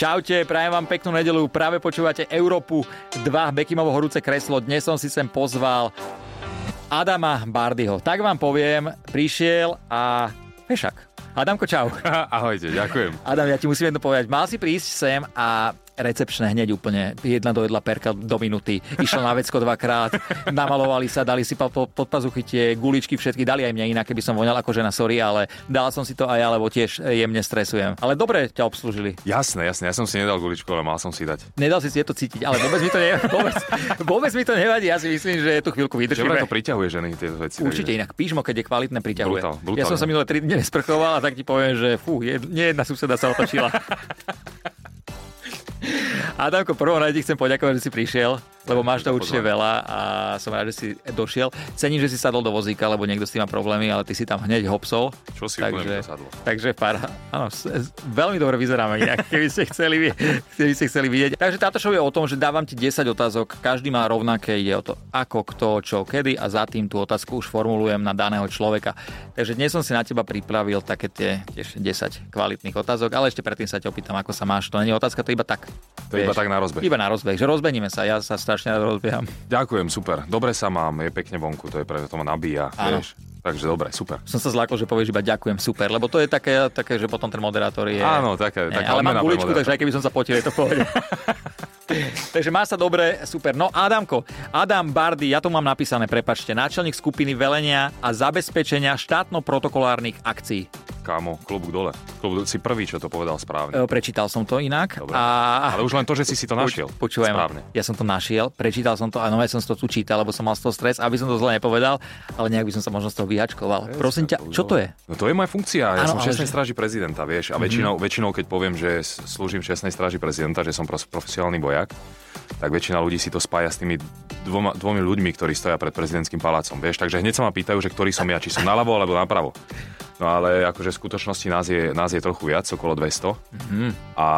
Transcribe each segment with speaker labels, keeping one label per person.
Speaker 1: Čaute, prajem vám peknú nedelu. Práve počúvate Európu 2, Bekimovo horúce kreslo. Dnes som si sem pozval Adama Bardyho. Tak vám poviem, prišiel a pešak. Adamko, čau.
Speaker 2: Ahojte, ďakujem.
Speaker 1: Adam, ja ti musím jedno povedať. Mal si prísť sem a recepčné hneď úplne. Jedna do jedla perka do minúty. Išla na vecko dvakrát, namalovali sa, dali si po- po- pod pazuchy tie guličky všetky, dali aj mne inak, keby som voňal ako žena, sorry, ale dal som si to aj, ja, lebo tiež jemne stresujem. Ale dobre ťa obslúžili.
Speaker 2: Jasné, jasné, ja som si nedal guličku, ale mal som si dať.
Speaker 1: Nedal si si je to cítiť, ale vôbec mi to, ne, vôbec, vôbec mi to nevadí. Ja si myslím, že tú chvíľku
Speaker 2: Že
Speaker 1: vydržíme.
Speaker 2: vraj to priťahuje ženy, tieto veci.
Speaker 1: Určite inak pížmo, keď je kvalitné, priťahuje.
Speaker 2: Brutál,
Speaker 1: ja
Speaker 2: brutálne.
Speaker 1: som sa minulé 3 dni nesprchoval a tak ti poviem, že fú, jed, nie jedna suseda sa otočila. Adamko, prvom rade ti chcem poďakovať, že si prišiel, lebo máš to
Speaker 2: Ďakujem za
Speaker 1: určite
Speaker 2: pozvanie.
Speaker 1: veľa a som rád, že si došiel. Cením, že si sadol do vozíka, lebo niekto s tým má problémy, ale ty si tam hneď hopsol.
Speaker 2: Čo si úplne mi to sadlo.
Speaker 1: Takže para. Áno, s- s- veľmi dobre vyzeráme inak, keby ste chceli, vie- keby ste chceli vidieť. Takže táto show je o tom, že dávam ti 10 otázok, každý má rovnaké, ide o to ako, kto, čo, kedy a za tým tú otázku už formulujem na daného človeka. Takže dnes som si na teba pripravil také tie tiež 10 kvalitných otázok, ale ešte predtým sa ťa opýtam, ako sa máš. To nie je otázka, to je iba tak.
Speaker 2: To je iba tak na rozbeh.
Speaker 1: Iba na rozbeh, že rozbeníme sa, ja sa strašne rád rozbieham.
Speaker 2: Ďakujem, super. Dobre sa mám, je pekne vonku, to je pre to ma nabíja,
Speaker 1: Áno.
Speaker 2: vieš. Takže dobre, super.
Speaker 1: Som sa zlákol, že povieš iba ďakujem, super, lebo to je také, také že potom ten moderátor je...
Speaker 2: Áno, taká,
Speaker 1: Nie,
Speaker 2: taká
Speaker 1: E, ale mám
Speaker 2: odmena pre
Speaker 1: guličku,
Speaker 2: moderátora.
Speaker 1: takže aj keby som sa potil, je to v pohode. Takže má sa dobre, super. No Adamko, Adam Bardy, ja to mám napísané, prepačte, náčelník skupiny velenia a zabezpečenia štátno-protokolárnych akcií.
Speaker 2: Kámo, klobúk dole. Klobúk, si prvý, čo to povedal
Speaker 1: E,
Speaker 2: správne.
Speaker 1: prečítal som to inak.
Speaker 2: Dobre.
Speaker 1: A...
Speaker 2: Ale už len to, že si si to našiel.
Speaker 1: Počúvaj ma,
Speaker 2: Správne.
Speaker 1: ja som to našiel, prečítal som to a nové som si to tu čítal, lebo som mal z toho stres, aby som to zle nepovedal, ale nejak by som sa možno z toho vyhačkoval. Prosím ťa, čo to je?
Speaker 2: No to je moja funkcia. Ja
Speaker 1: Áno,
Speaker 2: som v
Speaker 1: ale
Speaker 2: 16.
Speaker 1: že-
Speaker 2: stráži prezidenta, vieš. A
Speaker 1: Mhm.
Speaker 2: väčšinou, väčšinou keď poviem, že s- slúžim v 16. stráži prezidenta, že som pros- profesionálny bojak, tak väčšina ľudí si to spája s tými dvoma, dvomi ľuďmi, ktorí stoja pred prezidentským palácom, vieš. Takže hneď sa ma pýtajú, že ktorý som ja, či som naľavo alebo napravo. No ale akože v skutočnosti nás je, nás je trochu viac, okolo 200.
Speaker 1: Mhm.
Speaker 2: A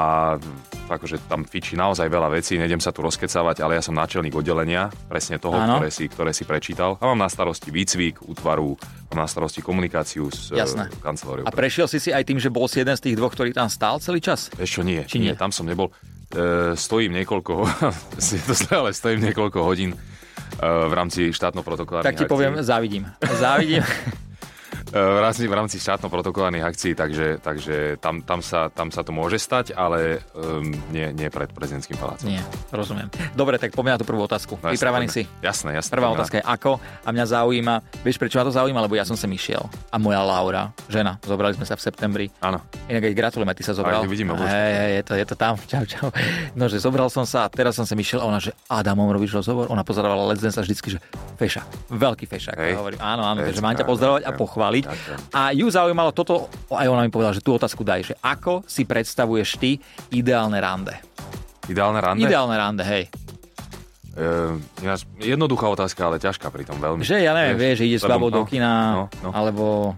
Speaker 2: akože tam fičí naozaj veľa vecí, nejdem sa tu rozkecávať, ale ja som náčelník oddelenia, presne toho,
Speaker 1: Áno.
Speaker 2: ktoré si, ktoré si prečítal. A mám na starosti výcvik útvaru, mám na starosti komunikáciu s e,
Speaker 1: Jasné. A
Speaker 2: kanceláriou.
Speaker 1: prešiel si si aj tým, že bol si jeden z tých dvoch, ktorý tam stál celý čas?
Speaker 2: Ešte nie,
Speaker 1: Či nie?
Speaker 2: nie, tam som nebol. E, stojím niekoľko, je to zlé, ale stojím niekoľko hodín e, v rámci štátno-protokolárnych
Speaker 1: Tak ti
Speaker 2: akcií.
Speaker 1: poviem, závidím. Závidím.
Speaker 2: E, v rámci, v rámci štátno-protokolárnych akcií, takže, takže tam, tam, sa, tam sa to môže stať, ale um, nie, nie pred prezidentským palácom.
Speaker 1: Nie, rozumiem. Dobre, tak poďme na tú prvú otázku.
Speaker 2: No, jasné,
Speaker 1: Pripravený
Speaker 2: poďme.
Speaker 1: si?
Speaker 2: Jasné, jasné.
Speaker 1: Prvá
Speaker 2: poďme na to.
Speaker 1: otázka je ako a mňa zaujíma, vieš prečo ma to zaujíma, lebo ja som sem išiel a moja Laura, žena, zobrali sme sa v septembri.
Speaker 2: Áno.
Speaker 1: Inak aj gratulujeme, ty sa zobral.
Speaker 2: Aj, vidíme, bože.
Speaker 1: hej, hej, je, to, je to tam, čau, čau. No, že zobral som sa a teraz som sem išiel a ona, že Adamom robíš rozhovor, ona pozdravila Let's Dance a vždycky, že fešak, veľký fešak.
Speaker 2: Hej.
Speaker 1: Ja hovorím, áno, áno,
Speaker 2: Hej,
Speaker 1: takže mám ťa
Speaker 2: správne,
Speaker 1: pozdravovať a
Speaker 2: ďakujem,
Speaker 1: pochváliť.
Speaker 2: ďakujem.
Speaker 1: A ju zaujímalo toto, aj ona mi povedala, že tú otázku daj, že ako si predstavuješ ty ideálne rande?
Speaker 2: Ideálne rande?
Speaker 1: Ideálne rande, hej.
Speaker 2: Uh, ináč, jednoduchá otázka, ale ťažká pritom veľmi.
Speaker 1: Že ja neviem, vieš, že ide s
Speaker 2: lebo-
Speaker 1: babou do kina,
Speaker 2: no, no.
Speaker 1: alebo...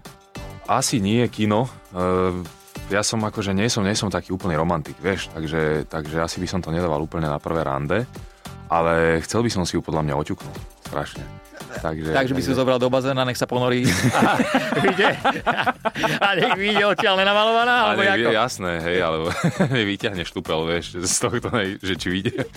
Speaker 2: Asi nie kino. Uh, ja som akože nie som, nie som taký úplný romantik, vieš, takže, takže asi by som to nedával úplne na prvé rande, ale chcel by som si ju podľa mňa oťuknúť. Strašne. Takže,
Speaker 1: Takže by si ju zobral do bazéna, nech sa ponorí a vyjde. A nech vyjde odtiaľ nenamalovaná, alebo
Speaker 2: ale
Speaker 1: ako.
Speaker 2: je jasné, hej, alebo vyťahne štúpel, vieš, z tohto, nej, že či vyjde,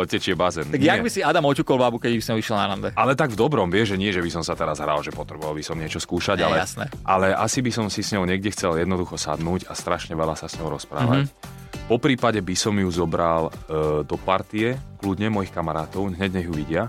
Speaker 2: odtečie bazén.
Speaker 1: Tak jak
Speaker 2: Nie.
Speaker 1: by si Adam oťukol babu, keď by som išiel na rande?
Speaker 2: Ale tak v dobrom, vieš, že nie, že by som sa teraz hral, že potreboval by som niečo skúšať,
Speaker 1: Ne,
Speaker 2: ale,
Speaker 1: jasné.
Speaker 2: ale asi by som si s ňou niekde chcel jednoducho sadnúť a strašne veľa sa s ňou
Speaker 1: Mhm.
Speaker 2: rozprávať. Mm-hmm. Po prípade by som ju zobral e, do partie, kľudne mojich kamarátov, hneď nech ju vidia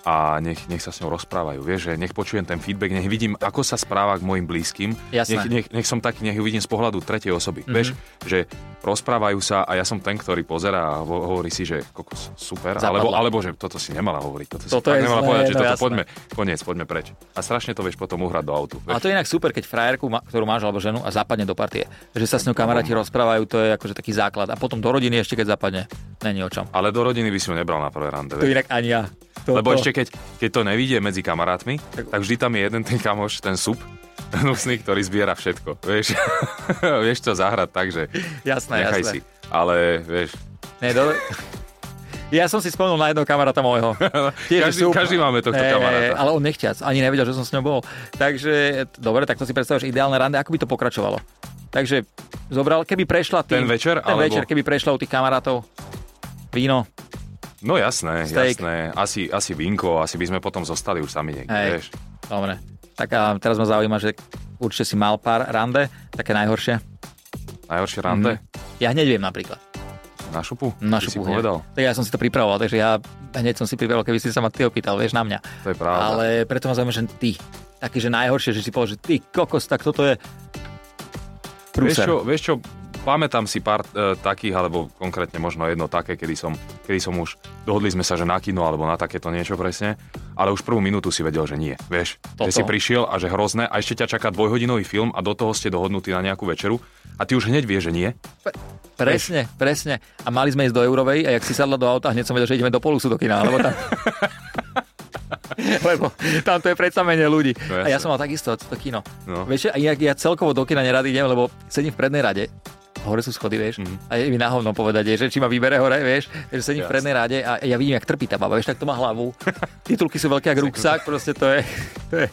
Speaker 2: a nech, nech sa s ňou rozprávajú. Vieš, že nech počujem ten feedback, nech vidím, ako sa správa k mojim blízkym.
Speaker 1: Jasné. Mhm.
Speaker 2: Nech, nech, nech som taký, nech ju vidím z pohľadu tretej osoby. Mm-hmm. Vieš, že rozprávajú sa a ja som ten, ktorý pozerá a ho- hovorí si, že kokos, super,
Speaker 1: Zapadla.
Speaker 2: alebo, alebo že toto si nemala hovoriť, toto si
Speaker 1: Toto
Speaker 2: toto
Speaker 1: je
Speaker 2: je nemala
Speaker 1: zlé,
Speaker 2: povedať, že
Speaker 1: no
Speaker 2: toto
Speaker 1: jasné.
Speaker 2: poďme, koniec, poďme preč. A strašne to vieš potom uhrať do autu.
Speaker 1: A
Speaker 2: Vieš.
Speaker 1: to je inak super, keď frajerku, ma- ktorú máš alebo ženu a zapadne do partie. Že sa s ňou kamaráti rozprávajú, to je akože taký základ. A potom do rodiny ešte keď zapadne, není o čom.
Speaker 2: Ale do rodiny by si ju nebral na prvé rande.
Speaker 1: To
Speaker 2: vieš.
Speaker 1: inak ani ja. To,
Speaker 2: Lebo
Speaker 1: to-
Speaker 2: ešte keď, keď to nevidie medzi kamarátmi, tak vždy tam je jeden ten kamoš, ten sup, hnusný, ktorý zbiera všetko. Vieš, vieš to zahrať tak, že
Speaker 1: No, Jasné,
Speaker 2: nechaj
Speaker 1: jasné.
Speaker 2: si. Ale vieš,
Speaker 1: Ne, do... Ja som si spomenul na jedného kamaráta môjho.
Speaker 2: Každý- každý máme tohto
Speaker 1: Eh,
Speaker 2: kamaráta.
Speaker 1: ale on nechťac, ani nevedel, že som s ňou bol. Takže, t- dobre, tak to si predstavuješ ideálne rande, ako by to pokračovalo? Takže zobral, keby prešla tým,
Speaker 2: Ten večer,
Speaker 1: ten
Speaker 2: alebo-
Speaker 1: večer, keby prešla u tých kamarátov víno.
Speaker 2: No jasné,
Speaker 1: Steak.
Speaker 2: jasné. Asi, asi vinko, asi by sme potom zostali už sami niekde,
Speaker 1: Hej.
Speaker 2: vieš.
Speaker 1: Dobre. Tak a teraz ma zaujíma, že určite si mal pár rande, také najhoršie.
Speaker 2: Najhoršie rande
Speaker 1: Ja hneď viem napríklad.
Speaker 2: na šupu?
Speaker 1: Mhm. Na
Speaker 2: Ty si
Speaker 1: šupu hneď.
Speaker 2: povedal.
Speaker 1: Tak ja som si to pripravoval, takže ja hneď som si pripravoval, keby si sa ma ty opýtal, vieš, na mňa.
Speaker 2: To je pravda.
Speaker 1: Ale preto ma zaujíma, že ty. Taký, že najhoršie, že si povedal, že ty kokos, tak toto je... Prúser.
Speaker 2: Vieš čo, vieš čo, pamätám si pár e, takých, alebo konkrétne možno jedno také, kedy som, kedy som už, dohodli sme sa, že na kino alebo na takéto niečo presne, ale už prvú minútu si vedel, že nie, vieš.
Speaker 1: Toto.
Speaker 2: Že si prišiel a že hrozné a ešte ťa čaká dvojhodinový film a do toho ste dohodnutí na nejakú večeru a ty už hneď vieš, že nie.
Speaker 1: Presne, presne. A mali sme ísť do Eurovej a jak si sadla do auta, hneď som vedel, že ideme do Polusu do kina, lebo tam... lebo tam to je predsa menej ľudí.
Speaker 2: No,
Speaker 1: a ja
Speaker 2: jasné.
Speaker 1: som mal takisto to kino.
Speaker 2: No.
Speaker 1: Vieš, a ja, ja celkovo do kina nerad idem, lebo sedím v prednej rade, hore sú schody, vieš, mm-hmm.
Speaker 2: Mhm.
Speaker 1: a je mi na hovno povedať, že či ma vybere hore, vieš, že sedím v
Speaker 2: Jasné.
Speaker 1: prednej rade a ja vidím, jak trpí tá baba, vieš, tak to má hlavu. Titulky sú veľké ako ruksak, proste to je, to je,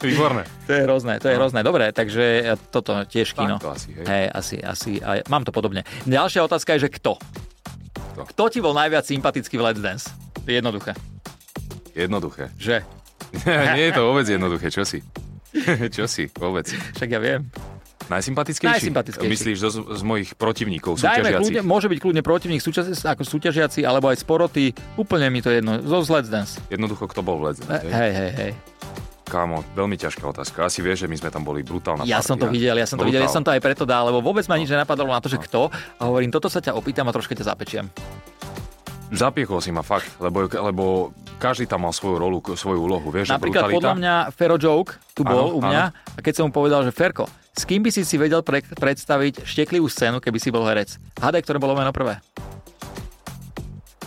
Speaker 2: Výborné.
Speaker 1: to je hrozné, to je hrozné. Dobre, takže toto tiež kino.
Speaker 2: No. to asi, hej.
Speaker 1: Hej, asi, asi, aj, mám to podobne. Ďalšia otázka je, že kto?
Speaker 2: Kto?
Speaker 1: Kto ti bol najviac sympatický v Let's Dance? Jednoduché.
Speaker 2: Jednoduché.
Speaker 1: Že?
Speaker 2: nie je to vôbec jednoduché, čo si? čo si vôbec?
Speaker 1: Však ja viem.
Speaker 2: Najsympatickejší?
Speaker 1: Najsympatickejší.
Speaker 2: Myslíš zo, z mojich protivníkov,
Speaker 1: Dajme kľudne,
Speaker 2: súťažiacich?
Speaker 1: môže byť kľudne protivník súčas, ako súťažiaci, alebo aj sporoty. Úplne mi to jedno. Zo z Let's Dance.
Speaker 2: Jednoducho, kto bol v Let's
Speaker 1: E,
Speaker 2: Dance, hej?
Speaker 1: Hej, hej, hej.
Speaker 2: Kámo, veľmi ťažká otázka. Asi vieš, že my sme tam boli brutálna
Speaker 1: Ja som to videl, ja som to videl, ja som to aj preto dal, lebo vôbec ma nič nenapadlo na to, že kto. A hovorím, toto sa ťa opýtam a troška ťa zapečiem.
Speaker 2: Zapiekol si ma fakt, lebo, lebo každý tam mal svoju rolu, k- svoju úlohu, vieš, že
Speaker 1: Napríklad
Speaker 2: brutalita.
Speaker 1: podľa mňa Fero Joke tu bol
Speaker 2: Áno,
Speaker 1: u mňa a keď som mu povedal, že Ferko, s kým by si si vedel pre- predstaviť šteklivú scénu, keby si bol herec? Hádaj, ktoré bolo meno prvé.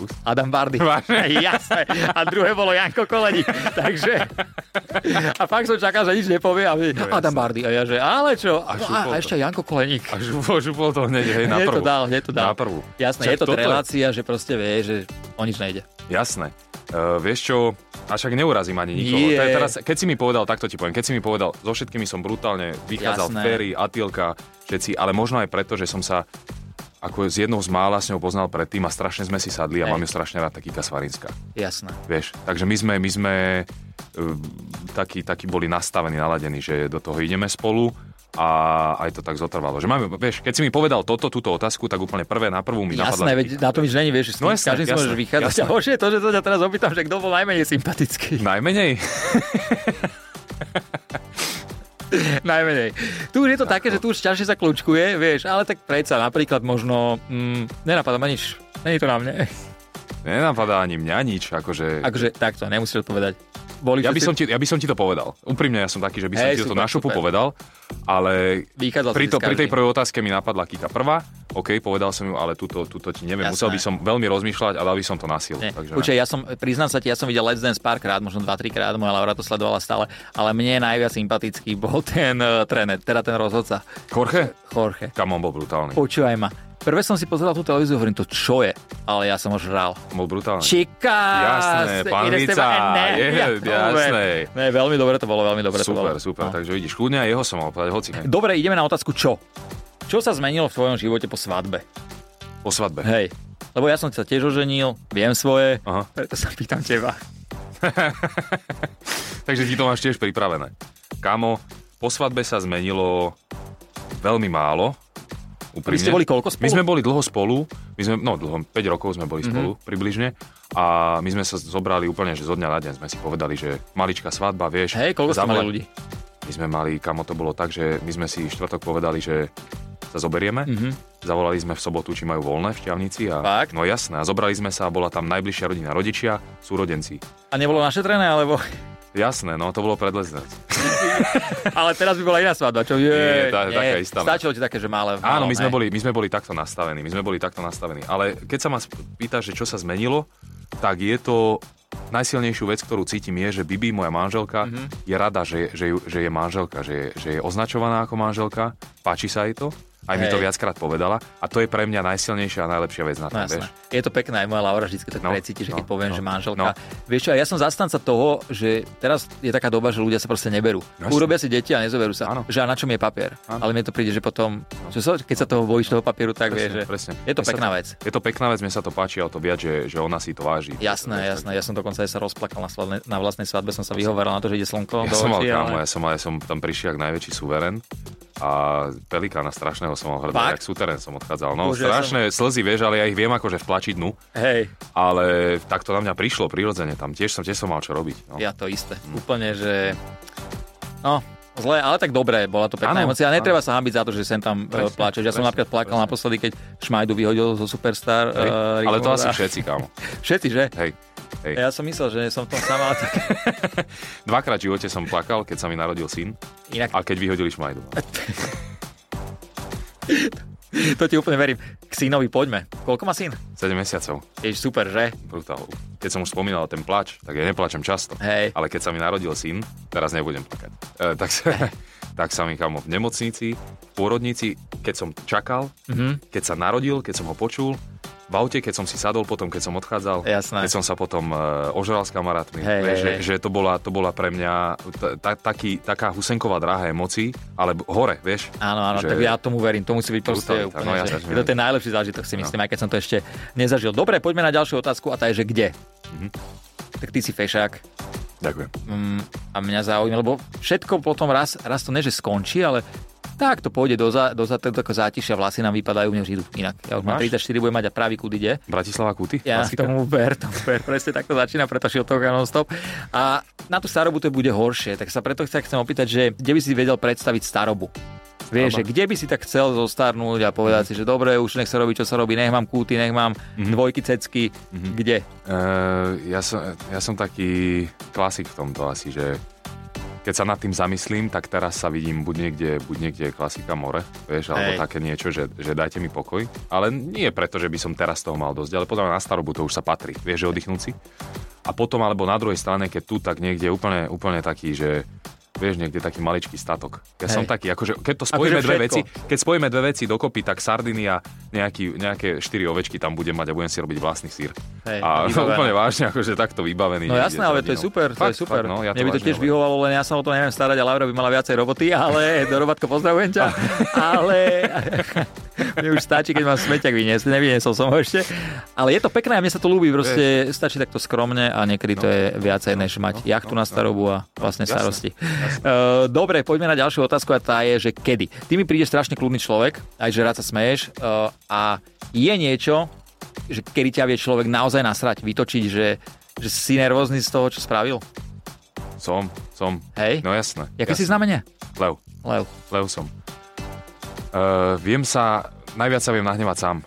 Speaker 2: Už?
Speaker 1: Adam Bardy. Vážne? Jasné. A druhé bolo Janko Koledi. Takže... A fakt som čakal, že nič nepovie. A my,
Speaker 2: No, jasné.
Speaker 1: Adam Bardy. A ja, že ale čo? A, no,
Speaker 2: šupol
Speaker 1: a, a
Speaker 2: to.
Speaker 1: ešte Janko Koleník.
Speaker 2: A župol, župol to hneď, hej, na
Speaker 1: Hneď
Speaker 2: prvú.
Speaker 1: to dal, hneď to dal.
Speaker 2: Na prvú.
Speaker 1: Jasné,
Speaker 2: Však
Speaker 1: je to
Speaker 2: toto
Speaker 1: relácia, že proste vie, že o nič nejde.
Speaker 2: Jasné. Uh, vieš čo, a však neurazím ani nikoho.
Speaker 1: Nie.
Speaker 2: Yeah. Teraz, keď si mi povedal, takto ti poviem, keď si mi povedal, so všetkými som brutálne vychádzal,
Speaker 1: Jasné.
Speaker 2: Ferry, Atilka, všetci, ale možno aj preto, že som sa ako z jednou z mála s ňou poznal predtým a strašne sme si sadli a
Speaker 1: Hej.
Speaker 2: mám ju strašne rád, taký Kasvarinská.
Speaker 1: Jasné.
Speaker 2: Vieš, takže my sme, my sme uh, takí, takí boli nastavení, naladení, že do toho ideme spolu a aj to tak zotrvalo. Že máme, vieš, keď si mi povedal toto, túto otázku, tak úplne prvé na prvú mi napadla...
Speaker 1: Jasné, veď na tom nič není, vieš, že s
Speaker 2: No
Speaker 1: tým
Speaker 2: jasné,
Speaker 1: každým si
Speaker 2: jasné,
Speaker 1: môžeš vychádzať.
Speaker 2: jasné.
Speaker 1: A horšie je to, že sa ťa teraz opýtam, že kto bol najmenej sympatický.
Speaker 2: Najmenej?
Speaker 1: najmenej. Tu už je to také, že tu už ťažšie sa kľúčkuje, vieš, ale tak predsa napríklad možno, mm, nenapadá ma nič. Není to na mne.
Speaker 2: Nenapadá ani mňa nič, akože...
Speaker 1: Akože takto, nemusíš odpovedať. Boli
Speaker 2: Ja
Speaker 1: všetci-
Speaker 2: by, som ti, ja by som ti to povedal. Úprimne ja som taký, že by som
Speaker 1: Hej,
Speaker 2: ti to
Speaker 1: super,
Speaker 2: na šupu
Speaker 1: super.
Speaker 2: povedal, ale
Speaker 1: Vychádzal si
Speaker 2: pri, to,
Speaker 1: z
Speaker 2: pri tej
Speaker 1: každej.
Speaker 2: prvej otázke mi napadla Kika prvá. OK, povedal som ju, ale túto, túto ti neviem.
Speaker 1: Jasné.
Speaker 2: Musel by som veľmi rozmýšľať a dal by som to na silu.
Speaker 1: Nie.
Speaker 2: Takže
Speaker 1: Počkaj, ja som, priznám sa ti, ja som videl Let's Dance párkrát, možno 2-3 krát, moja Laura to sledovala stále, ale mne najviac sympatický bol ten uh, tréner, teda ten rozhodca,
Speaker 2: Jorge?
Speaker 1: Jorge.
Speaker 2: Kam on bol brutálny.
Speaker 1: Počúvaj ma. Prvé som si pozeral tú televíziu, hovorím to, čo je? Ale ja som ho žral.
Speaker 2: On bol brutálny.
Speaker 1: Čika!
Speaker 2: Jasné, panvica, je, jasné.
Speaker 1: Ne, veľmi dobre to bolo, veľmi dobre to bolo.
Speaker 2: Super, super.
Speaker 1: No.
Speaker 2: Takže vidíš, kľudne aj jeho som mal povedať, hoci. hej.
Speaker 1: Dobre, ideme na otázku čo? Čo sa zmenilo v tvojom živote po svadbe?
Speaker 2: Po svadbe.
Speaker 1: Hej, lebo ja som sa tiež oženil, viem svoje,
Speaker 2: Aha.
Speaker 1: preto sa pýtam teba.
Speaker 2: Takže ti to máš tiež pripravené. Kamo, po svadbe sa zmenilo veľmi málo.
Speaker 1: Vy
Speaker 2: Úprimne.
Speaker 1: ste boli koľko spolu? Mhm.
Speaker 2: My sme boli dlho spolu, my sme, no dlho, 5 rokov sme boli spolu približne a my sme sa zobrali úplne, že zo dňa na deň sme si povedali, že malička svadba, vieš.
Speaker 1: Hej, koľko ste
Speaker 2: zavolaj-
Speaker 1: mali ľudí?
Speaker 2: My sme mali, kamo to bolo tak, že my sme si štvrtok povedali, že sa zoberieme.
Speaker 1: Mhm.
Speaker 2: Zavolali sme v sobotu, či majú voľné v Šťavnici. A,
Speaker 1: Fakt?
Speaker 2: No jasné, a zobrali sme sa a bola tam najbližšia rodina, rodičia, súrodenci.
Speaker 1: A nebolo našetrené, alebo...
Speaker 2: Jasné, no to bolo predlesné.
Speaker 1: Ale teraz by bola iná svadba, čo je...
Speaker 2: Nie, tá- taká istá. no.
Speaker 1: Stačilo ti také, že malé.
Speaker 2: Áno,
Speaker 1: malom,
Speaker 2: my sme,
Speaker 1: hej.
Speaker 2: boli, my sme boli takto nastavení, my sme boli takto nastavení. Ale keď sa ma sp- pýtaš, že čo sa zmenilo, tak je to najsilnejšiu vec, ktorú cítim, je, že Bibi, moja manželka,
Speaker 1: Mhm.
Speaker 2: je rada, že, že, ju- že je manželka, že, je- že je označovaná ako manželka, páči sa jej to Aj mi to
Speaker 1: Hej.
Speaker 2: viackrát povedala. A to je pre mňa najsilnejšia a najlepšia vec na
Speaker 1: No
Speaker 2: tom,
Speaker 1: jasné.
Speaker 2: vieš.
Speaker 1: Je to pekné, aj moja Laura vždy tak no,
Speaker 2: No,
Speaker 1: precíti, že
Speaker 2: no,
Speaker 1: keď poviem,
Speaker 2: no,
Speaker 1: že manželka. No. Vieš čo, a ja som zastanca toho, že teraz je taká doba, že ľudia sa proste neberú.
Speaker 2: No, Jasné.
Speaker 1: Urobia si deti a nezoberú sa.
Speaker 2: Áno.
Speaker 1: Že a na čom je papier.
Speaker 2: Áno. No.
Speaker 1: Ale mne to príde, že potom, že sa, keď sa toho bojíš, toho papieru, tak vieš, že
Speaker 2: presne.
Speaker 1: je to
Speaker 2: Mne sa
Speaker 1: pekná vec.
Speaker 2: Je to pekná vec, mne sa to páči o to viac, že, že ona si to váži.
Speaker 1: Jasné, jasné. Ja som dokonca aj sa rozplakal na, svadne, na vlastnej svadbe, som sa vyhovoril na to, že ide slnko.
Speaker 2: Ja
Speaker 1: do
Speaker 2: som mal
Speaker 1: očí,
Speaker 2: kámo,
Speaker 1: ale-
Speaker 2: ja som, mal- ja som tam prišiel jak najväčší suverén a pelikána strašného som mal hrdá,
Speaker 1: Fakt?
Speaker 2: jak suterén som odchádzal. No,
Speaker 1: Bože, ja
Speaker 2: strašné slzy, vieš, ale ja ich viem akože vplačiť dnu,
Speaker 1: Hej,
Speaker 2: ale tak to na mňa prišlo prirodzene tam. Tiež som, tiež som mal čo robiť. No.
Speaker 1: ja to isté. Úplne, že... No, zle, ale tak dobre, bola to pekná
Speaker 2: Áno,
Speaker 1: emócia. A netreba sa hambiť za to, že sem tam presne,
Speaker 2: Presne,
Speaker 1: pláčeš. Ja som
Speaker 2: presne,
Speaker 1: napríklad plakal
Speaker 2: presne.
Speaker 1: naposledy, keď Šmajdu vyhodil zo Superstar.
Speaker 2: Hej.
Speaker 1: eh,
Speaker 2: ale to
Speaker 1: Rigmora.
Speaker 2: asi všetci, kámo.
Speaker 1: Všetci, že?
Speaker 2: Hej. Hej.
Speaker 1: Ja som myslel, že som v tom sama. ale tak-
Speaker 2: Dvakrát v živote som plakal, keď sa mi narodil syn
Speaker 1: Inak
Speaker 2: a keď vyhodili šmajdu.
Speaker 1: to ti úplne verím. K synovi poďme. Koľko má syn?
Speaker 2: 7 mesiacov.
Speaker 1: Jež super, že?
Speaker 2: Brutál. Keď som už spomínal ten plač, tak ja neplačem často.
Speaker 1: Hej.
Speaker 2: Ale keď sa mi narodil syn, teraz nebudem plakať, e, tak, sa, tak sa mi kamo v nemocnici, v pôrodnici, keď som čakal,
Speaker 1: Mhm.
Speaker 2: keď sa narodil, keď som ho počul, v aute, keď som si sadol potom, keď som odchádzal,
Speaker 1: Jasné.
Speaker 2: keď som sa potom e, ožral s kamarátmi,
Speaker 1: Hej,
Speaker 2: vieš,
Speaker 1: hej,
Speaker 2: že,
Speaker 1: hej.
Speaker 2: že to, bola, to bola pre mňa ta- ta, taký, taká husenková dráha emócií, ale b- hore, vieš.
Speaker 1: Áno, áno,
Speaker 2: Že-
Speaker 1: tak ja tomu verím, to musí byť proste
Speaker 2: Brutalita,
Speaker 1: úplne,
Speaker 2: no ja No.
Speaker 1: že,
Speaker 2: sa
Speaker 1: je to ten najlepší zážitok si myslím, aj keď som to ešte nezažil. Dobre, poďme na ďalšiu otázku a tá je, že kde?
Speaker 2: Mhm.
Speaker 1: Tak ty si fešák
Speaker 2: Ďakujem.
Speaker 1: mm, a mňa zaujíma, lebo všetko potom raz, raz to ne, že skončí, ale tak to pôjde do, za, do za, to ako zátišia, vlasy nám vypadajú, mne už idú inak. Ja už mám
Speaker 2: Máš?
Speaker 1: 34, budem mať a pravý kud ide.
Speaker 2: Bratislava Kuty?
Speaker 1: Ja
Speaker 2: Klasika?
Speaker 1: tomu ver, tomu ver, presne takto začína, preto Šiltovka non-stop. A na tú starobu to bude horšie, tak sa preto sa chcem opýtať, že kde by si vedel predstaviť starobu? Vieš, že
Speaker 2: Staroba.
Speaker 1: kde by si tak chcel zostarnúť a povedať si, že dobre, už nech sa robí, čo sa robí, nech mám kúty, nech mám dvojky, cecky, kde?
Speaker 2: Eh, ja, som, ja som taký klasik v tomto asi, že keď sa nad tým zamyslím, tak teraz sa vidím buď niekde, buď niekde klasika more, vieš,
Speaker 1: Hej.
Speaker 2: alebo také niečo, že, že dajte mi pokoj. Ale nie preto, že by som teraz toho mal dosť, ale podľa mňa na starobu to už sa patrí, vieš, že oddychnúť si. A potom, alebo na druhej strane, keď tu, tak niekde úplne, úplne taký, že vieš, niekde taký maličký statok. Ja
Speaker 1: Hej.
Speaker 2: som taký, akože keď to spojíme dve
Speaker 1: všetko.
Speaker 2: veci, keď spojíme dve veci dokopy, tak sardiny a nejaký, nejaké štyri ovečky tam budem mať a budem si robiť vlastný sír.
Speaker 1: Hej,
Speaker 2: a
Speaker 1: vybavené.
Speaker 2: úplne vážne, akože takto vybavený.
Speaker 1: No
Speaker 2: niekde
Speaker 1: jasné,
Speaker 2: s
Speaker 1: ale to je
Speaker 2: rodinou.
Speaker 1: super, to
Speaker 2: fakt,
Speaker 1: je super.
Speaker 2: Fakt, no, ja
Speaker 1: Mne by to
Speaker 2: vážne
Speaker 1: tiež
Speaker 2: hovorím.
Speaker 1: vyhovalo, len ja sa o to neviem starať a Laura by mala viacej roboty, ale do Robatko, pozdravujem ťa. Ale mne už stačí, keď mám smeťak vyniesť, nevyniesol som ho ešte. Ale je to pekné a mne sa to ľúbi, proste stačí takto skromne a niekedy to je viacej, než mať
Speaker 2: no,
Speaker 1: jachtu
Speaker 2: no,
Speaker 1: na starobu a vlastne
Speaker 2: jasné,
Speaker 1: starosti. Eh, Dobre, poďme na ďalšiu otázku a tá je, že kedy. Ty mi prídeš strašne kľudný človek, aj že rád sa smeješ eh, a je niečo, že kedy ťa vie človek naozaj nasrať, vytočiť, že, že si nervózny z toho, čo spravil.
Speaker 2: Som, som.
Speaker 1: Hej?
Speaker 2: No jasné.
Speaker 1: Jaké si
Speaker 2: jasné.
Speaker 1: znamenie?
Speaker 2: Lev,
Speaker 1: Lev.
Speaker 2: lev som. Uh, viem sa, najviac sa viem nahnevať sám.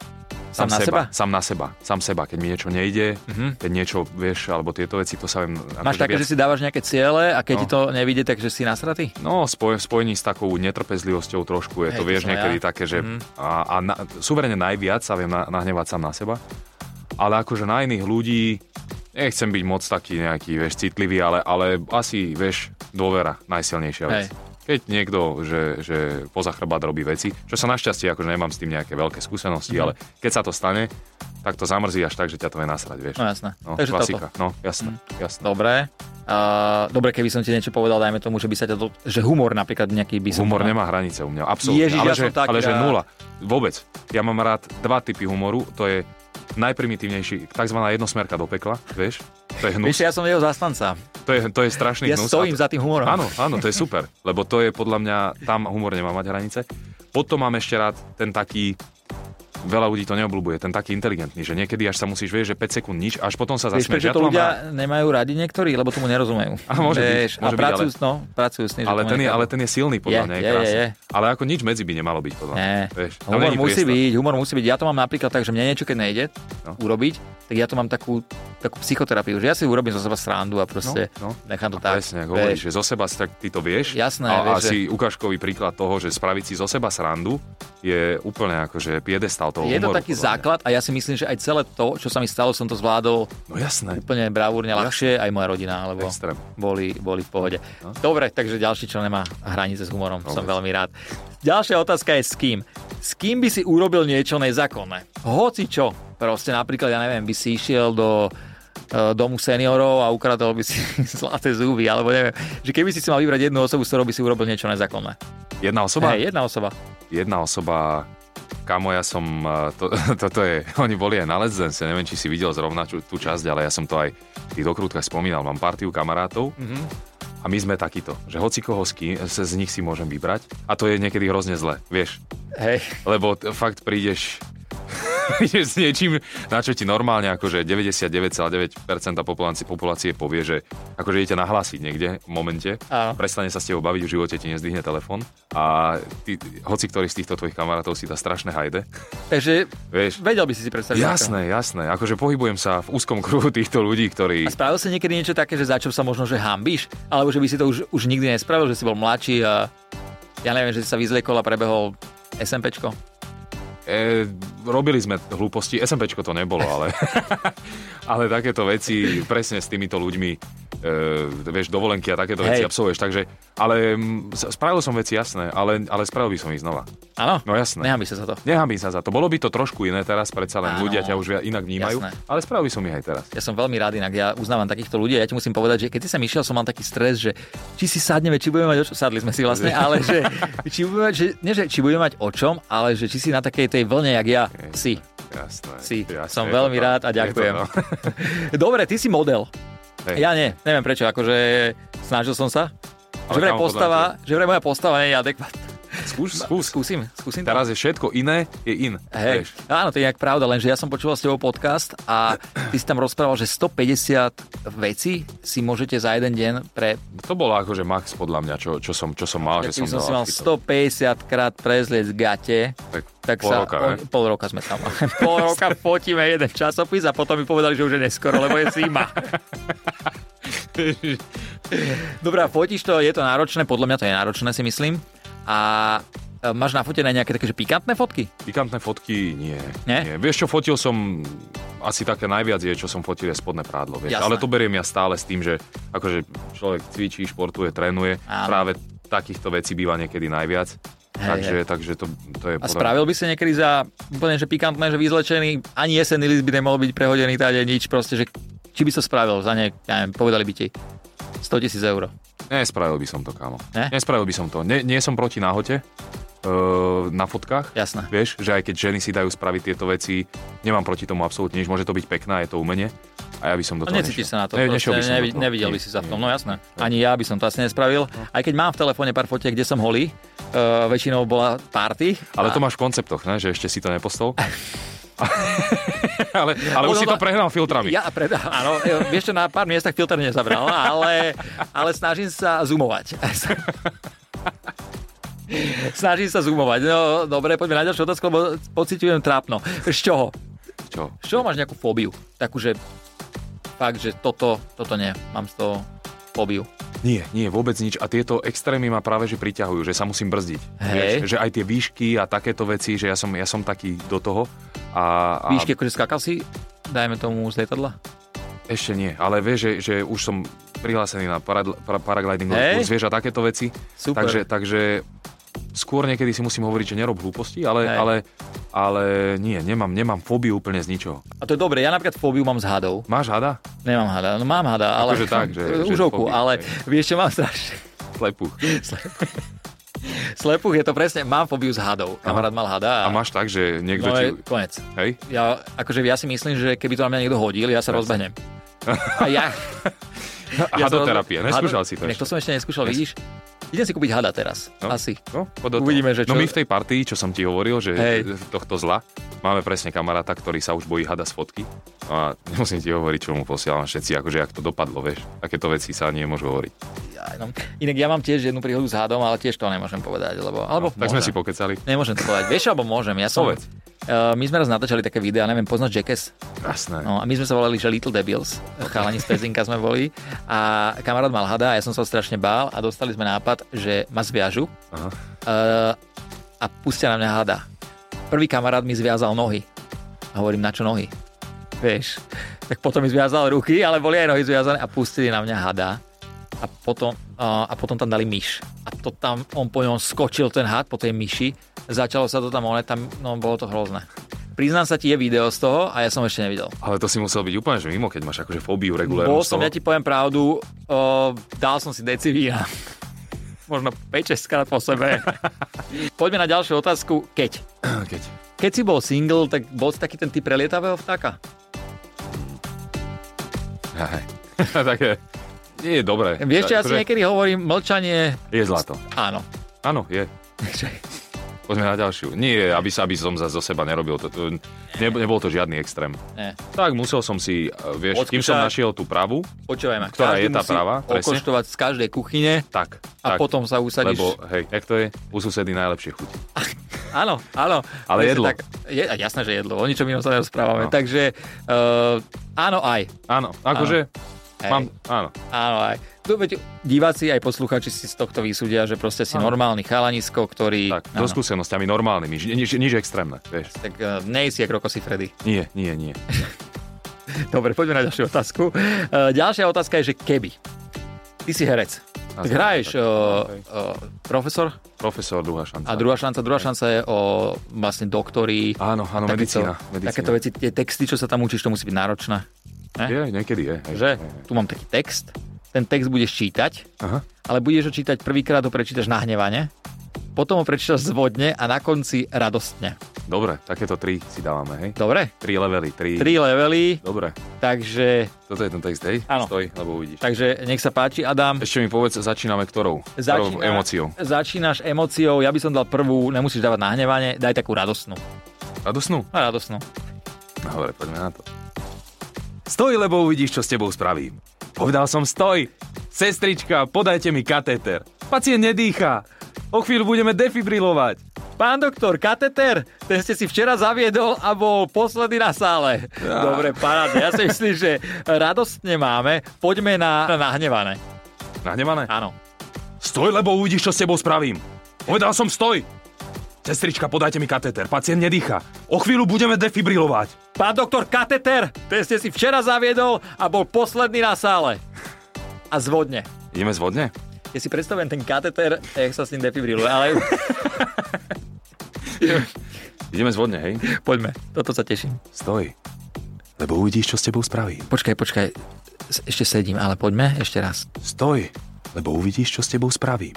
Speaker 1: Sám na seba? Mhm.
Speaker 2: Sám na seba. Sám seba. Keď mi niečo nejde, keď niečo, vieš, alebo tieto veci, to sa viem...
Speaker 1: Máš
Speaker 2: akože
Speaker 1: také,
Speaker 2: viac-
Speaker 1: že si dávaš nejaké ciele a keď
Speaker 2: No.
Speaker 1: ti to nevidie, takže si nasratý?
Speaker 2: No, spoj, spojení s takou netrpezlivosťou trošku, je
Speaker 1: Hej,
Speaker 2: to,
Speaker 1: to
Speaker 2: vieš,
Speaker 1: som
Speaker 2: niekedy
Speaker 1: ja. Mhm.
Speaker 2: také, že... A, a na, suverene najviac sa viem na, nahnevať sám na seba, ale akože na iných ľudí nechcem byť moc taký nejaký, vieš, citlivý, ale, ale asi, vieš, dôvera, najsilnejšia vec.
Speaker 1: Hej.
Speaker 2: Keď niekto, že, že poza chrbát robí veci, čo sa našťastie, akože nemám s tým nejaké veľké skúsenosti,
Speaker 1: Mhm.
Speaker 2: ale keď sa to stane, tak to zamrzí až tak, že ťa to je nasrať, vieš.
Speaker 1: No jasné.
Speaker 2: No,
Speaker 1: takže
Speaker 2: klasika.
Speaker 1: toto. Mhm.
Speaker 2: No, jasné, jasné.
Speaker 1: Dobre. Uh, dobre, keby som ti niečo povedal, dajme tomu, že by sa ťa to, že humor napríklad nejaký by som...
Speaker 2: Humor nemá hranice u mňa, absolútne.
Speaker 1: Ježiš,
Speaker 2: ale
Speaker 1: ja
Speaker 2: že,
Speaker 1: som taký
Speaker 2: ale že
Speaker 1: rád.
Speaker 2: nula. Vôbec. Ja mám rád dva typy humoru. To je najprimitívnejší, tzv. jednosmerka do pekla, vieš? To je hnus.
Speaker 1: Vieš, ja som jeho zastanca.
Speaker 2: To je, to je strašný
Speaker 1: Ja
Speaker 2: hnus.
Speaker 1: stojím
Speaker 2: A to-
Speaker 1: za tým humorom.
Speaker 2: Áno, áno, to je super, lebo to je podľa mňa, tam humor nemá mať hranice. Potom mám ešte rád ten taký, veľa ľudí to neobľúbuje, ten taký inteligentný, že niekedy až sa musíš, vieš, že 5 sekúnd nič, až potom sa
Speaker 1: Vieš,
Speaker 2: zasmieš.
Speaker 1: prečo
Speaker 2: Ja
Speaker 1: to
Speaker 2: to mám rád.
Speaker 1: ľudia nemajú radi niektorí, lebo tomu nerozumejú.
Speaker 2: Vlastne A môže byť,
Speaker 1: Vieš,
Speaker 2: môže
Speaker 1: a
Speaker 2: byť,
Speaker 1: pracujú,
Speaker 2: ale-
Speaker 1: no, pracujú s tým, že
Speaker 2: ale
Speaker 1: tomu
Speaker 2: ten, je,
Speaker 1: nechápu.
Speaker 2: ale ten je silný
Speaker 1: Je,
Speaker 2: podľa mňa, je,
Speaker 1: je, je,
Speaker 2: krásny.
Speaker 1: je.
Speaker 2: Ale ako nič medzi by nemalo byť podľa mňa.
Speaker 1: Nie.
Speaker 2: Vieš, tam
Speaker 1: humor
Speaker 2: není
Speaker 1: musí
Speaker 2: priestor.
Speaker 1: byť, humor musí byť. Ja to mám napríklad tak, že mne niečo, keď nejde
Speaker 2: No.
Speaker 1: urobiť, tak ja to mám takú, takú psychoterapiu, že ja si urobím zo seba srandu a proste
Speaker 2: No, no.
Speaker 1: nechám to
Speaker 2: A
Speaker 1: tak.
Speaker 2: Presne, ako
Speaker 1: vieš.
Speaker 2: hovoríš, že zo seba si tak ty to vieš.
Speaker 1: Jasné,
Speaker 2: a,
Speaker 1: vieš,
Speaker 2: a si ukážkový príklad toho, že spraviť si zo seba srandu je úplne akože piedestal toho
Speaker 1: je to
Speaker 2: humoru,
Speaker 1: taký
Speaker 2: podľa mňa.
Speaker 1: základ a ja si myslím, že aj celé to, čo sa mi stalo, som to zvládol
Speaker 2: No jasné.
Speaker 1: úplne bravúrne ľahšie, aj moja rodina, alebo
Speaker 2: Extrém.
Speaker 1: boli, boli v pohode. Dobre, takže ďalší čo nemá hranice s humorom, som
Speaker 2: Vôbec.
Speaker 1: veľmi rád. Ďalšia otázka je s kým. S kým by si urobil niečo nezákonné? Hoci čo. Proste napríklad, ja neviem, by si išiel do e, domu seniorov a ukradol by si zlaté zuby, alebo neviem. Že keby si si mal vybrať jednu osobu, s ktorou by si urobil niečo nezákonné.
Speaker 2: Jedna osoba?
Speaker 1: Hej, jedna osoba.
Speaker 2: jedna osoba, kamo, ja som, eh, to, toto je, oni boli aj na Let's Dance, ja neviem, či si videl zrovna tú, tú časť, ale ja som to aj v tých dokrutkách spomínal, mám partiu kamarátov
Speaker 1: Mhm.
Speaker 2: mm-hmm. a my sme takýto, že hoci koho z, ki- z z nich si môžem vybrať a to je niekedy hrozne zle, vieš,
Speaker 1: Hej.
Speaker 2: lebo t- fakt prídeš prídeš s niečím, na čo ti normálne akože 99,9% populácie, populácie povie, že akože idete nahlásiť niekde v momente,
Speaker 1: Áno.
Speaker 2: prestane sa s tebou baviť, v živote ti nezdvihne telefón a ty, hoci ktorý z týchto tvojich kamarátov si dá strašné hajde,
Speaker 1: Takže
Speaker 2: vieš,
Speaker 1: vedel by si si predstaviť. ako-
Speaker 2: jasné, jasné, akože pohybujem sa v úzkom kruhu týchto ľudí, ktorí...
Speaker 1: A spravil si niekedy niečo také, že za čo sa možno, že hambíš? Alebo že by si to už, už nikdy nespravil, že si bol mladší a ja neviem, že si sa vyzliekol a prebehol SMPčko?
Speaker 2: E, robili sme hlúposti, SMPčko to nebolo, ale, ale takéto veci presne s týmito ľuďmi, e, vieš, dovolenky a takéto
Speaker 1: Hej.
Speaker 2: veci absolvuješ, takže, ale mm, s- spravil som veci jasné, ale, ale spravil by som ich znova.
Speaker 1: Áno?
Speaker 2: No jasné.
Speaker 1: Nehambíš sa za to.
Speaker 2: Nehambím sa za to. Bolo by to trošku iné teraz, predsa len
Speaker 1: Áno.
Speaker 2: ľudia ťa už inak vnímajú,
Speaker 1: Jasné.
Speaker 2: ale spravil by som ich aj teraz.
Speaker 1: Ja som veľmi rád inak, ja uznávam takýchto ľudí a ja ti musím povedať, že keď si sem išiel, som mal taký stres, že či si sadneme, či budeme mať o čom, sadli sme si vlastne, ale že či budeme mať, že, nie, že či budeme mať o čom, ale že či si na takej tej vlne, jak ja, si.
Speaker 2: Jasné.
Speaker 1: Si.
Speaker 2: jasné,
Speaker 1: Som
Speaker 2: je
Speaker 1: veľmi
Speaker 2: to to.
Speaker 1: rád a
Speaker 2: Je to
Speaker 1: ďakujem.
Speaker 2: to.
Speaker 1: Dobre, ty si model.
Speaker 2: Hej.
Speaker 1: Ja nie, neviem prečo, akože snažil som sa.
Speaker 2: Ale
Speaker 1: Že vraj
Speaker 2: kámo, podľa
Speaker 1: postava,
Speaker 2: mňa
Speaker 1: že vraj moja postava nie je adekvátna.
Speaker 2: Skúš, skús.
Speaker 1: Skúsim, skúsim to.
Speaker 2: Teraz je všetko iné, je in.
Speaker 1: Hej,
Speaker 2: Vieš.
Speaker 1: áno, to je nejak pravda, lenže ja som počúval s tebou podcast a ty si tam rozprával, že 150 vecí si môžete za jeden deň pre...
Speaker 2: To bolo akože max podľa mňa, čo, čo, som, čo som mal, že
Speaker 1: Keby
Speaker 2: som,
Speaker 1: som, si
Speaker 2: dal
Speaker 1: mal
Speaker 2: chytov.
Speaker 1: 150 krát prezliec gate,
Speaker 2: Tak,
Speaker 1: tak
Speaker 2: pol
Speaker 1: sa...
Speaker 2: roka,
Speaker 1: o-
Speaker 2: ne?
Speaker 1: pol roka sme tam. pol roka fotíme jeden časopis a potom mi povedali, že už je neskoro, lebo je zima. Dobre, a fotíš to, je to náročné, podľa mňa to je náročné, si myslím. A e, máš nafotené nejaké také že pikantné fotky?
Speaker 2: Pikantné fotky nie.
Speaker 1: Nie?
Speaker 2: nie. Vieš čo, fotil som, asi také najviac je, čo som fotil je spodné prádlo. Vieš.
Speaker 1: Jasné.
Speaker 2: Ale to beriem ja stále s tým, že akože človek cvičí, športuje, trénuje.
Speaker 1: Áno.
Speaker 2: Práve takýchto vecí býva niekedy najviac.
Speaker 1: Hej,
Speaker 2: takže, takže to, to je
Speaker 1: A
Speaker 2: podľa mňa-
Speaker 1: spravil by si niekedy za úplne, že pikantné, že vyzlečený, ani jesenný list by nemohol byť prehodený tady nič, proste, že či by to spravil za ne, ja neviem, povedali by ti 100 tisíc eur.
Speaker 2: Nespravil by som to, kámo.
Speaker 1: Ne?
Speaker 2: Nespravil by som to. Nie, nie som proti náhote uh, na fotkách.
Speaker 1: Jasné.
Speaker 2: Vieš, že aj keď ženy si dajú spraviť tieto veci, nemám proti tomu absolútne nič. Môže to byť pekná, je to umenie. A ja by som do
Speaker 1: No,
Speaker 2: toho
Speaker 1: necítiš sa na to,
Speaker 2: Ne,
Speaker 1: proste,
Speaker 2: nešiel by som
Speaker 1: nevi,
Speaker 2: do toho.
Speaker 1: nevidel by
Speaker 2: Nie,
Speaker 1: si sa v
Speaker 2: nie. No.
Speaker 1: tom, no jasné. Ani ja by som to asi nespravil, aj keď mám v telefóne pár fotiek, kde som holý, uh, väčšinou bola party.
Speaker 2: Ale to máš v konceptoch, ne? že ešte si to nepostol. ale ale
Speaker 1: No, no,
Speaker 2: už si to
Speaker 1: no.
Speaker 2: prehnal filtrami.
Speaker 1: Ja, pred, áno, e, vieš čo, na pár miestach filter nezabral, no, ale, ale snažím sa zoomovať. Snažím sa zoomovať. No, dobre, poďme na ďalšiu otázku, lebo pociťujem trápno. Z čoho?
Speaker 2: Čo?
Speaker 1: Z čoho máš nejakú fóbiu? Takú, že fakt, že toto, toto nie, mám z toho fóbiu.
Speaker 2: Nie, nie, vôbec nič. A tieto extrémy ma práve že priťahujú, že sa musím brzdiť.
Speaker 1: Hej.
Speaker 2: Vieš, že aj tie výšky a takéto veci, že ja som, ja som taký do toho. A, a
Speaker 1: Výšky, akože skakal si, dajme tomu, z lietadla?
Speaker 2: Ešte nie, ale vieš, že, že už som prihlásený na paradl- pra- paragliding,
Speaker 1: Hej.
Speaker 2: hey. kurz, vieš, a takéto veci.
Speaker 1: Super.
Speaker 2: Takže, takže skôr niekedy si musím hovoriť, že nerob hlúposti, ale,
Speaker 1: Hej.
Speaker 2: ale, ale nie, nemám, nemám fóbiu úplne z ničoho.
Speaker 1: A to je dobre, ja napríklad fóbiu mám z hadov.
Speaker 2: Máš hada?
Speaker 1: Nemám hada, no mám hada, ale...
Speaker 2: Akože tak, že- že
Speaker 1: užovku,
Speaker 2: fóbiu,
Speaker 1: ale
Speaker 2: hej.
Speaker 1: vieš čo, mám strašne...
Speaker 2: Slepu.
Speaker 1: Slepuch je to presne, mám fóbiu z hadov. Kamarát mal hada
Speaker 2: A máš tak, že niekto
Speaker 1: no
Speaker 2: ti...
Speaker 1: je konec.
Speaker 2: Hej?
Speaker 1: Ja, akože ja si myslím, že keby to na mňa niekto hodil, ja sa rozbehnem. A ja... ja sa
Speaker 2: Hadoterapie,
Speaker 1: rozbe-
Speaker 2: neskúšal
Speaker 1: Hado-
Speaker 2: si to
Speaker 1: Nie, to
Speaker 2: ešte.
Speaker 1: som ešte neskúšal, vidíš? Idem si kúpiť hada teraz,
Speaker 2: No.
Speaker 1: asi.
Speaker 2: No, poď do toho.
Speaker 1: Uvidíme, že čo-
Speaker 2: no my v tej partii, čo som ti hovoril, že
Speaker 1: Hej.
Speaker 2: tohto zla, máme presne kamaráta, ktorý sa už bojí hada z fotky. No A nemusím ti hovoriť, čo mu posielam všetci, akože jak to dopadlo, vieš. Takéto veci sa nemôžu hovoriť.
Speaker 1: Jaj, no. Inak ja mám tiež jednu príhodu s hadom, ale tiež to nemôžem povedať, lebo... Alebo
Speaker 2: No, tak sme
Speaker 1: môžem.
Speaker 2: si pokecali.
Speaker 1: Nemôžem to povedať. Vieš, alebo môžem. Ja som...
Speaker 2: Povedz.
Speaker 1: Uh, my sme raz natáčali také videá, neviem, poznáš Jackass?
Speaker 2: Krásne.
Speaker 1: No a my sme sa volali, že Little Debils, chalani z Pezinka sme boli a kamarát mal hada a ja som sa ho strašne bál a dostali sme nápad, že ma zviažu eh,
Speaker 2: Aha.
Speaker 1: uh, a pustia na mňa hada. Prvý kamarát mi zviazal nohy. A hovorím, na čo nohy? Vieš, tak potom mi zviazal ruky, ale boli aj nohy zviazané a pustili na mňa hada. A potom, eh, a potom tam dali myš. A to tam, on po ňom skočil ten had po tej myši. Začalo sa to tam, one tam, no bolo to hrozné. Priznám sa ti, je video z toho a ja som ešte nevidel.
Speaker 2: Ale to si musel byť úplne že mimo, keď máš akože fóbiu regulérnu
Speaker 1: Bol
Speaker 2: z
Speaker 1: som,
Speaker 2: toho.
Speaker 1: ja ti poviem pravdu, o, dal som si deci vína. Možno 5-6 krát po sebe. Poďme na ďalšiu otázku. Keď?
Speaker 2: Keď.
Speaker 1: Keď si bol single, tak bol si taký ten typ prelietavého vtáka?
Speaker 2: Aj. Také, nie je dobré.
Speaker 1: Vieš, čo ja si
Speaker 2: Akože
Speaker 1: niekedy hovorím, mlčanie,
Speaker 2: Je zlato.
Speaker 1: áno.
Speaker 2: Áno, je. Poďme na ďalšiu. Nie, aby, sa, aby som za zo seba nerobil. To, to, ne, nebol to žiadny extrém.
Speaker 1: Nie.
Speaker 2: Tak musel som si, eh, vieš, kým som
Speaker 1: Odskúšať.
Speaker 2: našiel tú pravú,
Speaker 1: Počúvaj ma,
Speaker 2: Ktorá
Speaker 1: každý
Speaker 2: je tá
Speaker 1: musí
Speaker 2: práva, presne?
Speaker 1: okoštovať z každej kuchyne
Speaker 2: tak.
Speaker 1: a
Speaker 2: tak,
Speaker 1: potom sa usadíš.
Speaker 2: Lebo, hej, jak to je? U susedy najlepšie chuť.
Speaker 1: Áno, áno.
Speaker 2: Ale
Speaker 1: Presne
Speaker 2: jedlo.
Speaker 1: je, jasné, že jedlo. O ničom inom sa nerozprávame.
Speaker 2: No.
Speaker 1: Takže uh, áno aj.
Speaker 2: Áno, akože,
Speaker 1: Hej.
Speaker 2: mám, áno.
Speaker 1: Áno, aj. Tu veď diváci aj posluchači si z tohto vysúdia, že proste si
Speaker 2: Áno.
Speaker 1: normálny chalanisko, ktorý...
Speaker 2: Tak, so skúsenosťami normálnymi, nič, nič, nič extrémne, vieš.
Speaker 1: tak uh, nejsi ako Rokosy Freddy.
Speaker 2: Nie, nie, nie.
Speaker 1: Dobre, poďme na ďalšiu otázku. Uh, ďalšia otázka je, že keby. Ty si herec.
Speaker 2: A
Speaker 1: Tak
Speaker 2: som-
Speaker 1: hráš uh,
Speaker 2: tak, hej.
Speaker 1: uh, profesor
Speaker 2: Profesor, druhá šanca.
Speaker 1: a druhá šanca, druhá šanca je o vlastne doktori.
Speaker 2: Áno, áno, medicína. medicína.
Speaker 1: Takéto veci, tie texty, čo sa tam učíš, to musí byť náročné.
Speaker 2: Je, niekedy je. Hej.
Speaker 1: Že? Tu mám taký text. Ten text budeš čítať
Speaker 2: Aha.
Speaker 1: ale budeš ho čítať prvýkrát, ho prečítaš nahnevane, potom ho prečítaš zvodne a na konci radostne.
Speaker 2: Dobre, takéto tri si dávame, hej?
Speaker 1: Dobre?
Speaker 2: Tri levely, tri.
Speaker 1: Tri levely,
Speaker 2: Dobre,
Speaker 1: takže,
Speaker 2: toto je ten text, hej?
Speaker 1: Áno.
Speaker 2: Stoj, lebo uvidíš.
Speaker 1: takže nech sa páči, Adam.
Speaker 2: Ešte mi povedz, začíname ktorou? Ktorou emóciou?
Speaker 1: Začínaš emóciou, ja by som dal prvú, nemusíš dávať nahnevanie, daj takú radostnú.
Speaker 2: A do snu?
Speaker 1: A radostnú.
Speaker 2: No, Dobre, poďme na to. Stoj, lebo uvidíš, čo s tebou spravím. Povedal som stoj. Sestrička, podajte mi katéter. Pacient nedýcha. O chvíľu budeme defibrilovať.
Speaker 1: Pán doktor, kateter, ten ste si včera zaviedol a bol posledný na sále. Dobre, paráda, ja si myslím, že radostne máme, poďme na, na nahnevané.
Speaker 2: Nahnevané?
Speaker 1: Áno.
Speaker 2: Stoj, lebo uvidíš, čo s tebou spravím. Povedal som stoj. Sestrička, podajte mi katéter. Pacient nedýcha. O chvíľu budeme defibrilovať.
Speaker 1: Pán doktor Kateter, ten ste si včera zaviedol a bol posledný na sále. A zvodne.
Speaker 2: Ideme z vodne?
Speaker 1: Ja si predstavujem ten kateter, jak sa s ním defibriluje, ale
Speaker 2: Ideme z vodne, hej?
Speaker 1: poďme, toto sa teším.
Speaker 2: Stoj. Lebo uvidíš, čo s tebou spravím.
Speaker 1: Počkaj, počkaj, S- ešte sedím, ale poďme ešte raz.
Speaker 2: Stoj, lebo uvidíš, čo s tebou spravím.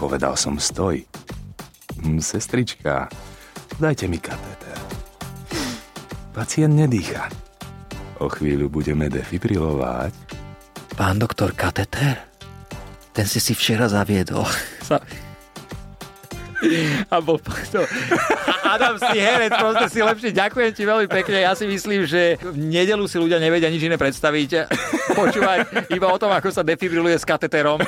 Speaker 2: Povedal som stoj. Mm, Sestrička, dajte mi katéter. Pacient nedýcha. O chvíľu budeme defibrilovať.
Speaker 1: Pán doktor Kateter, ten ste si včera zaviedol. Sa... A bol to... A- Adam, si herec, proste si lepšie. Ďakujem ti veľmi pekne. Ja si myslím, že v nedelu si ľudia nevedia nič iné predstaviť. Počúvať iba o tom, ako sa defibriluje s kateterom.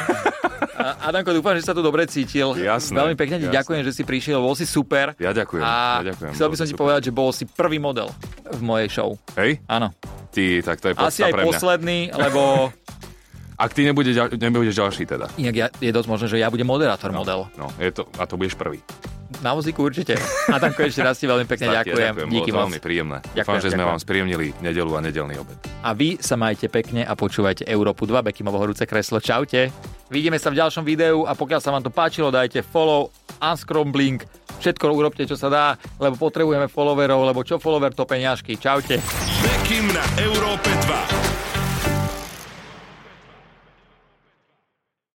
Speaker 1: A- Adamko, dúfam, že sa tu dobre cítil.
Speaker 2: Jasné,
Speaker 1: veľmi pekne ti
Speaker 2: jasné.
Speaker 1: ďakujem, že si prišiel. Bol si super.
Speaker 2: Ja ďakujem,
Speaker 1: A
Speaker 2: ja ďakujem.
Speaker 1: chcel by
Speaker 2: bolo
Speaker 1: som
Speaker 2: to
Speaker 1: ti
Speaker 2: super.
Speaker 1: povedať, že bol si prvý model v mojej show.
Speaker 2: Hej,
Speaker 1: Áno.
Speaker 2: ty, tak to je podsta
Speaker 1: Asi aj
Speaker 2: pre mňa.
Speaker 1: posledný, lebo
Speaker 2: Ak ty nebude, ďal- nebudeš ďalší teda.
Speaker 1: Inak ja, je dosť možné, že ja budem moderátor no. model.
Speaker 2: No, je to, a to budeš prvý.
Speaker 1: Na vozíku určite. A tam ešte raz ti veľmi pekne
Speaker 2: Tak, ja
Speaker 1: ďakujem.
Speaker 2: ďakujem.
Speaker 1: Díky
Speaker 2: bolo to
Speaker 1: moc.
Speaker 2: veľmi príjemné.
Speaker 1: Ďakujem,
Speaker 2: Dúfam, že sme
Speaker 1: ďakujem.
Speaker 2: vám spríjemnili nedelu a nedelný obed.
Speaker 1: A vy sa majte pekne a počúvajte Európu 2, Bekimovo horúce kreslo. Čaute. Vidíme sa v ďalšom videu a pokiaľ sa vám to páčilo, dajte follow, unscrombling, všetko urobte, čo sa dá, lebo potrebujeme followerov, lebo čo follower, to peňažky. Čaute.
Speaker 3: Bekim na Európe 2.